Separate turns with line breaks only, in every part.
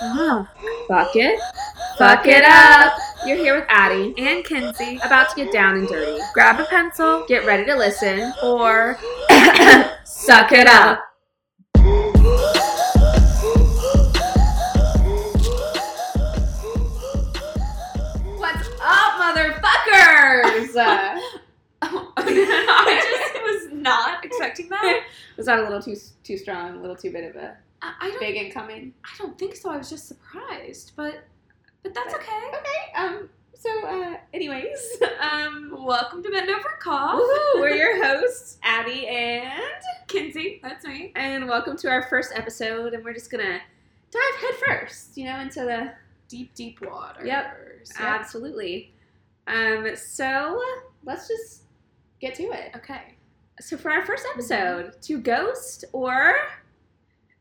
Wow.
Fuck it. Fuck it up. You're here with Addie.
And Kinsey,
About to get down and dirty.
grab a pencil
Get ready to listen.
or
Suck it up. What's up, motherfuckers? Uh,
I just was not expecting that.
was that a little too too strong? A little too bit of a
I, I don't
big incoming?
I don't think so. I was just surprised, but but that's
But-
okay.
Okay. Um. So, uh, anyways,
Um, welcome to Bend Over Cough.
woohoo, we're your hosts, Addie and
Kinsey, that's me.
and welcome to our first episode. And we're just gonna dive head first, you know, into the
Deep, deep water.
Absolutely. Um, so let's just get to it.
Okay.
So for our first episode, to ghost or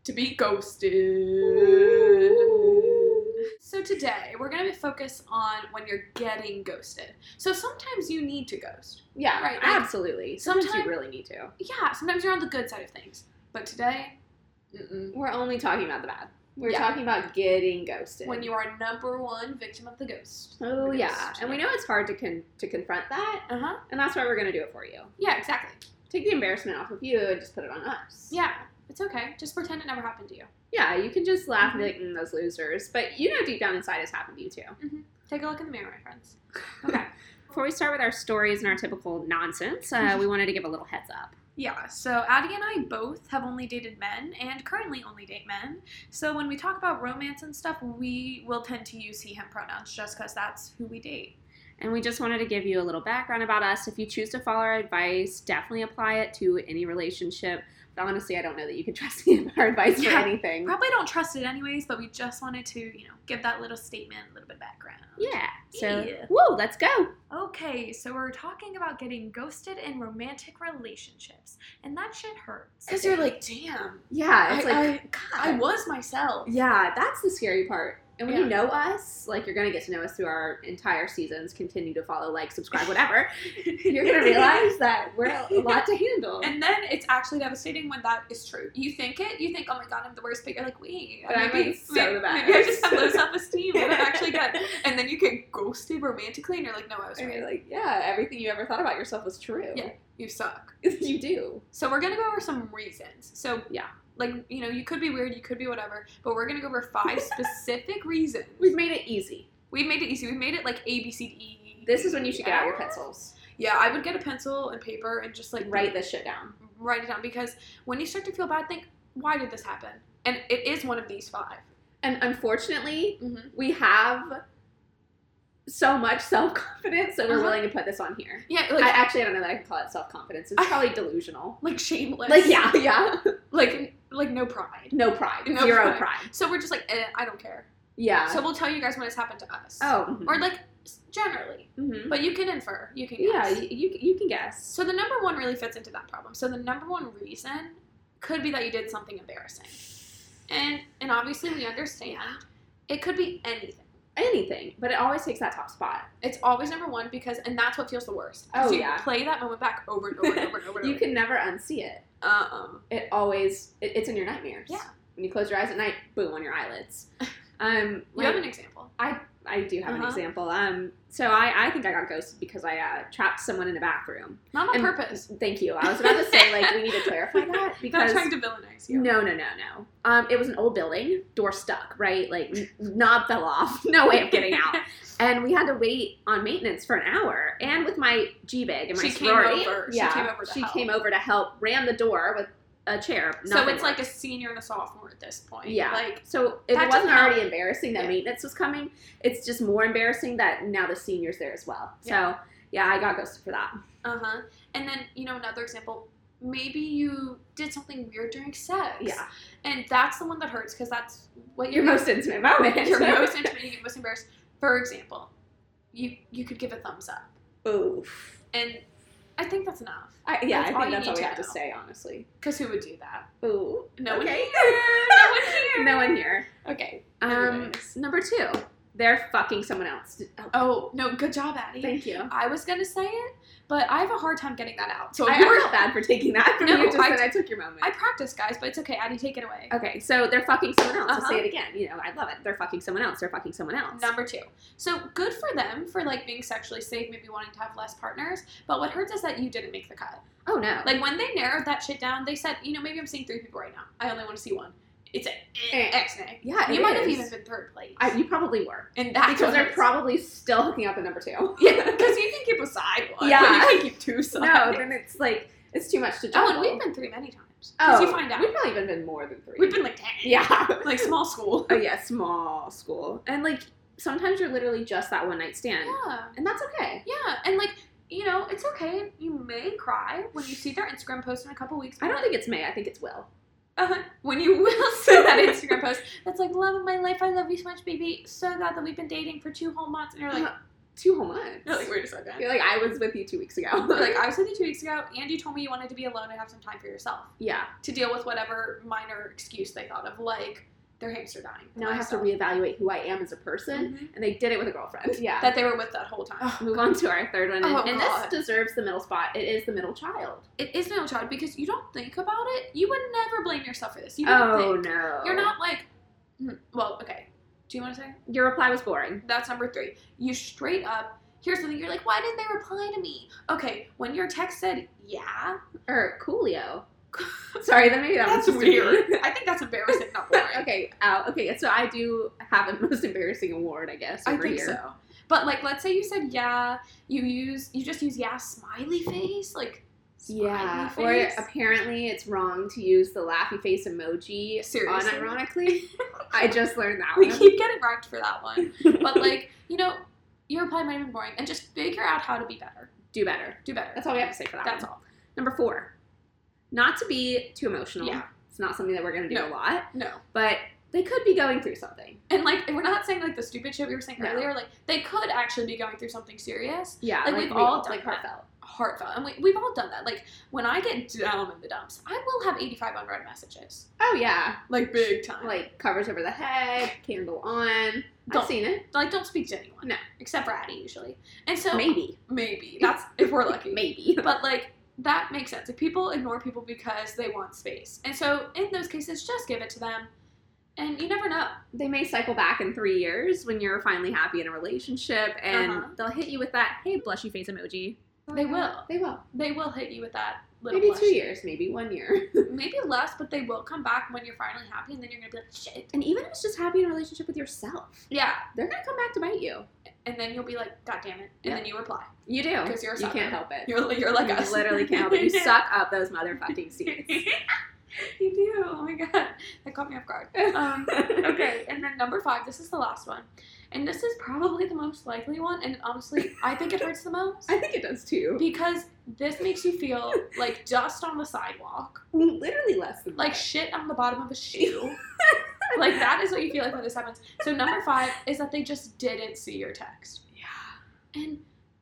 To be ghosted.
Ooh.
So today we're gonna focus on when you're getting ghosted. So sometimes you need to ghost.
yeah,
Right, like,
absolutely. Sometimes,
sometime-
you really need to.
Yeah, sometimes you're on the good side of things, but today, mm-mm.
We're only talking about the bad. We're
Yeah.
talking about getting ghosted.
when you are number one victim of the ghost.
Oh
The
yeah,
ghost.
and we know it's hard to con- to confront that,
Uh huh.
and that's why we're gonna do it for you.
Yeah, exactly.
Take the embarrassment off of you and just put it on us.
Yeah, it's okay. Just pretend it never happened to you.
yeah, you can just laugh
Mm-hmm.
and be like, mm, those losers, but you know deep down inside it's happened to you too.
Take a look in the mirror, my friends. Okay.
Before we start with our stories and our typical nonsense, uh,
Mm-hmm.
we wanted to give a little heads up.
Yeah, so Addie and I both have only dated men and currently only date men. So when we talk about romance and stuff, we will tend to use he, him pronouns just because that's who we date.
And we just wanted to give you a little background about us. If you choose to follow our advice, definitely apply it to any relationship. But honestly, I don't know that you could trust any of our advice
Yeah.
for anything.
Probably don't trust it anyways, but we just wanted to, you know, give that little statement, a little bit of background.
Yeah. So,
Yeah.
whoa, let's go.
Okay, so we're talking about getting ghosted in romantic relationships, and that shit hurts.
Because you're like,
damn,
Yeah, it's like,
I, was myself.
yeah, that's the scary part. And when you
Yeah.
know us, like you're gonna get to know us through our entire seasons. Continue to follow, like, subscribe, whatever. you're gonna realize that we're a lot to handle.
And then it's actually devastating when that is true. You think it, you think, oh my god, I'm the worst, but you're like, wait,
But I'm, like, so
maybe,
the best.
maybe I just have low self esteem. I'm actually good. And then you get ghosted romantically, and you're like, no, I was
And
right.
you're like, yeah, everything you ever thought about yourself was true.
Yeah. you suck.
you do.
So we're gonna go over some reasons. So
Yeah.
like you know, you could be weird, you could be whatever, but we're gonna go over five specific reasons.
We've made it easy.
We've made it easy. We've made it like A B C D E.
This is when you should get out your
F.
pencils.
Yeah, I would get a pencil and paper and just like
Like, write this shit down.
write it down because when you start to feel bad, think why did this happen? And it is one of these 5
And unfortunately,
Mm-hmm.
we have so much self confidence that we're
Uh-huh.
willing to put this on here.
Yeah, like
I actually I don't know that I can call it self confidence. It's probably delusional.
like shameless.
Like yeah, yeah.
like like no pride.
No pride.
No
Zero pride.
pride. So we're just like eh, I don't care.
Yeah.
So we'll tell you guys when it's happened to us.
oh.
or like s- generally,
Mhm.
but you can infer. You can
Yeah,
guess.
you, you you can guess.
So the number one really fits into that problem. So the number one reason could be that you did something embarrassing, and and obviously we understand it could be anything.
Anything, but it always takes that top spot.
It's always number one because and that's what feels the worst. 'Cause
Oh,
you
yeah.
play that moment back over and over and over and over. And
You
over.
can never unsee it.
um
it always it, it's in your nightmares.
Yeah.
When you close your eyes at night, boom, on your eyelids. Um,
you have
like-
an example.
I do have an
Uh-huh.
example. Um, so I I think I got ghosted because I uh, trapped someone in a bathroom.
Not on
And-
purpose.
Thank you. I was about to say like we need to clarify that
Not
because
trying to villainize you.
no no no no. Um, it was an old building, door stuck, right? Like n- knob fell off, no way of getting out, and we had to wait on maintenance for an hour. And with my G bag and my
She came
sorority,
over- she
yeah,
came over to
she
help.
came over to help, ram the door with a chair.
So
Nothing
it's like a senior and a sophomore at this point.
Yeah.
Like
So it
That
wasn't
doesn't
already
help.
embarrassing that
Yeah.
maintenance was coming. It's just more embarrassing that now the senior's there as well. So yeah, I got ghosted for that.
uh huh. And then you know another example. Maybe you did something weird during sex.
Yeah,
And that's the one that hurts because that's what
your
you're
most intimate moment.
your most intimate, you get most embarrassed. For example, you you could give a thumbs up,
Oof.
and I think that's enough.
I, yeah,
That's
I
all
think
you
that's all
need
we
to
have to
know.
say, honestly.
Because who would do that?
Ooh.
No one
okay.
here. No one here.
no one here.
Okay.
Um,
Anyways.
number two, They're fucking someone else. Oh,
Oh no, good job, Addie.
thank you.
I was gonna say it, but I have a hard time getting that out. So
I, I
we're-
felt bad for taking that from
No,
you. Just
I-
that I took your moment.
I practice, guys, but it's okay. Addie, take it away.
okay, so they're fucking someone else.
Uh-huh.
I'll say it again. You know, I love it. They're fucking someone else. They're fucking someone else.
Number two. So good for them for like being sexually safe, maybe wanting to have less partners. But what hurts is that you didn't make the cut.
Oh no.
Like when they narrowed that shit down, they said, you know, maybe I'm seeing three people right now. I only want to see one. It's a
Eh.
X nay.
yeah,
You
it
might have
is.
even been third place.
I, you probably were
and that
because they're
hurts.
probably still hooking up at number two.
yeah, because you can keep a side one.
Yeah.
you can keep two sides.
no, then it's like it's too much to juggle. Oh,
oh, and we've been three many times. Because you find out
We've probably even been more than three.
we've been like ten.
yeah.
like small school.
Oh yeah, small school. And like sometimes you're literally just that one night stand.
Yeah.
And that's okay.
Yeah, and like you know, it's okay. You may cry when you see their Instagram post in a couple weeks.
I
but,
don't think it's May, I think it's Will.
uh-huh. when you will see that Instagram post that's like "Love of my life, I love you so much, baby." So glad that we've been dating for two whole months, and you're like,
Uh-huh. Two whole months.
you're like, wait a second.
You're like, I was with you two weeks ago.
You're like, I was with you two weeks ago, and you told me you wanted to be alone and have some time for yourself
yeah.
to deal with whatever minor excuse they thought of, like their hamster dying.
Now I have to
Myself.
reevaluate who I am as a person.
Mhm.
And they did it with a girlfriend. Mm-hmm. Yeah.
that they were with that whole time.
Move on to our third one. And,
Oh,
and
God.
this deserves the middle spot. It is the middle child.
It is no child because you don't think about it. You would never blame yourself for this. You wouldn't
Oh
think.
no.
You're not like, hmm, well, okay. Do you want to say?
your reply was boring.
That's number three. You straight up, here's the thing, you're like, why didn't they reply to me? Okay, when your text said, yeah,
Or Coolio. Sorry, that maybe that
that's
was just me.
weird. I think that's embarrassing, not boring.
okay, uh, okay, so I do have a most embarrassing award, I guess.
I
over
think
here.
so. But like, let's say you said yeah, you use, you just use yeah, smiley face, like, smiley
Yeah, or
face.
apparently it's wrong to use the laughy face emoji
Seriously?
unironically. I just learned that
we
one.
keep getting wrecked for that one. But like, you know, your reply might have been boring, and just figure out how to be better,
Do better.
do better.
That's all we have to say for that.
That's
one.
all.
Number four, not to be too emotional.
Yeah.
It's not something that we're going to do
No.
a lot,
No.
but they could be going through something.
And like, we're not saying like the stupid shit we were saying
No.
earlier. Like, they could actually be going through something serious,
Yeah,
Like, we've
we-
all done
like
that.
heartfelt.
heartfelt, and we, we've all done that. Like, when I get down in the dumps, I will have 85 unread messages,
Oh yeah,
like big time. Like,
like covers over the head, candle on.
Don't-
I've seen it.
like don't speak to anyone.
No.
except for Addie usually. And so
Maybe,
maybe that's if we're lucky.
maybe.
but like that makes sense. If people ignore people because they want space, and so in those cases, just give it to them. And you never know.
they may cycle back in three years when you're finally happy in a relationship and
Uh-huh.
they'll hit you with that hey blushy face emoji Uh-huh.
They will.
they will
They will hit you with that little.
Mm-hmm. maybe
blush.
two years maybe one year
maybe less, but they will come back when you're finally happy, and then you're gonna be like, shit.
and even if it's just happy in a relationship with yourself
Yeah,
they're gonna come back to bite you
and then you'll be like, god damn it, and
Yeah.
then you reply.
you do
'Cause you're a
you
sucker.
can't help it
You're you're like
you
us.
literally can't help it you suck up those motherfucking seeds
you do. Oh my god, that caught me off guard. Um, okay, and then number five. This is the last one, and this is probably the most likely one. And honestly, I think it hurts the most
i think it does too
because this makes you feel like dust on the sidewalk,
literally less than
like
that.
shit on the bottom of a shoe. like that is what you feel like when this happens. So number five is that they just didn't see your text. Yeah. And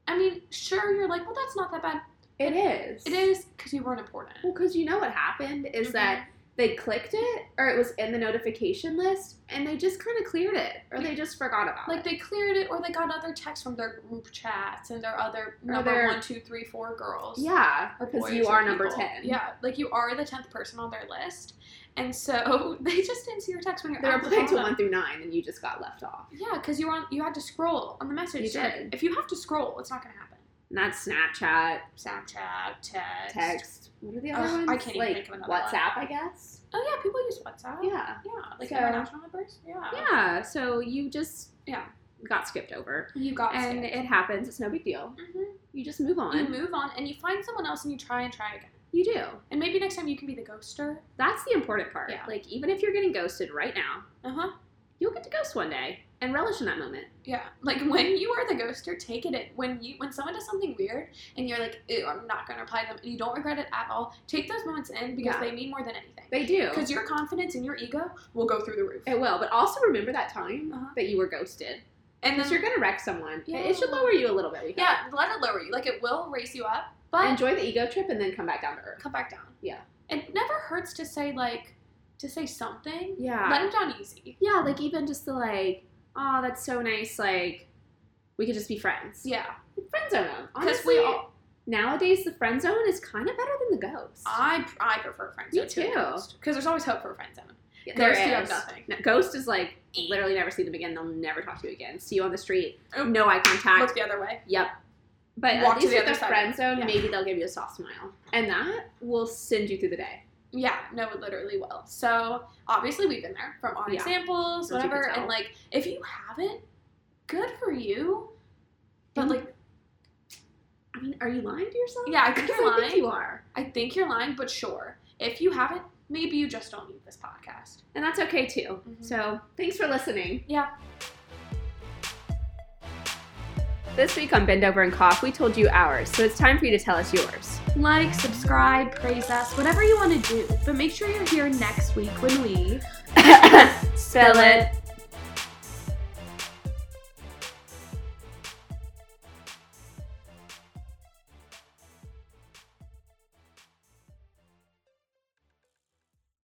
I mean, sure, you're like, well, that's not that bad.
it is
It is because you weren't important.
well because you know what happened is
Mhm.
that they clicked it or it was in the notification list and they just kind of cleared it or they just forgot about it
Like they cleared it, or they got other texts from their group chats and their other number
their-
one, two, three, four girls.
Yeah,
or
because
boys
you
or
are number
people.
ten.
Yeah, like you are the tenth person on their list, and so they just didn't see your text when you're
they were
at the
playing to
bottom.
one through nine, and you just got left off.
Yeah, because you were on. You had to scroll on the message.
You
thread.
did.
If you have to scroll, it's not gonna happen.
And that's Snapchat,
Snapchat, text.
text. What are the other
Ugh, I
ones?
can't even
like
think of another
WhatsApp, I guess.
Oh yeah, people use WhatsApp.
Yeah.
Yeah, like
So-
international numbers. Yeah.
Yeah. So you just
Yeah.
got skipped over,
You got
and
it.
it happens. It's no big deal.
hmm
You just move on.
You move on and you find someone else and you try and try again.
You do.
And maybe next time you can be the ghoster.
That's the important part.
Yeah.
Like even if you're getting ghosted right now,
Uh huh.
Uh-huh. you'll get to ghost one day and relish in that moment.
Yeah, like when you are the ghoster, take it. In. When you when someone does something weird and you're like, Ew, I'm not gonna reply to them, and you don't regret it at all, take those moments in because
Yeah.
they mean more than anything.
They do.
Because your confidence and your ego will go through the roof.
It will, but also remember that time
Uh-huh.
that you were ghosted.
and
Because
then
you're gonna wreck someone. It- It should
Yeah.
lower you a little bit. we hope.
yeah, let it lower you. Like it will raise you up, but
Enjoy the ego trip and then come back down to earth.
come back down.
Yeah.
it never hurts to say like to say something.
Yeah.
Let him down easy.
yeah, like even just the like, oh, that's so nice. Like, we could just be friends.
Yeah.
Friend zone them.
Because
Honestly,
we all,
nowadays the friend zone is kind of better than the ghost.
I I prefer friend
Me
zone
too.
Because there's always hope for a friend zone.
Yeah,
There is. nothing.
No, ghost is like literally never see them again. They'll never talk to you again. See you on the street.
Oh,
No eye contact.
Look the other way.
Yep. But
Walk
at
to
least
the
with
other
the
side.
friend zone,
Yeah.
maybe they'll give you a soft smile, and that will send you through the day.
Yeah, no, it literally will. So obviously we've been there from our
Yeah.
examples,
As you can
whatever,
tell.
and like if you haven't, good for you. But
And-
like
I mean, are you lying to yourself?
Mm-hmm. Yeah, I think
'Cause
you're
I think
lying.
you are,
I think you're lying, but sure. If you haven't, maybe you just don't need this podcast.
and that's okay too.
Mhm.
So thanks for listening.
Yeah.
This week on Bend Over and Cough, we told you ours, so it's time for you to tell us yours.
Like, subscribe, praise us, whatever you want to do. But make sure you're here next week when we
Spell it.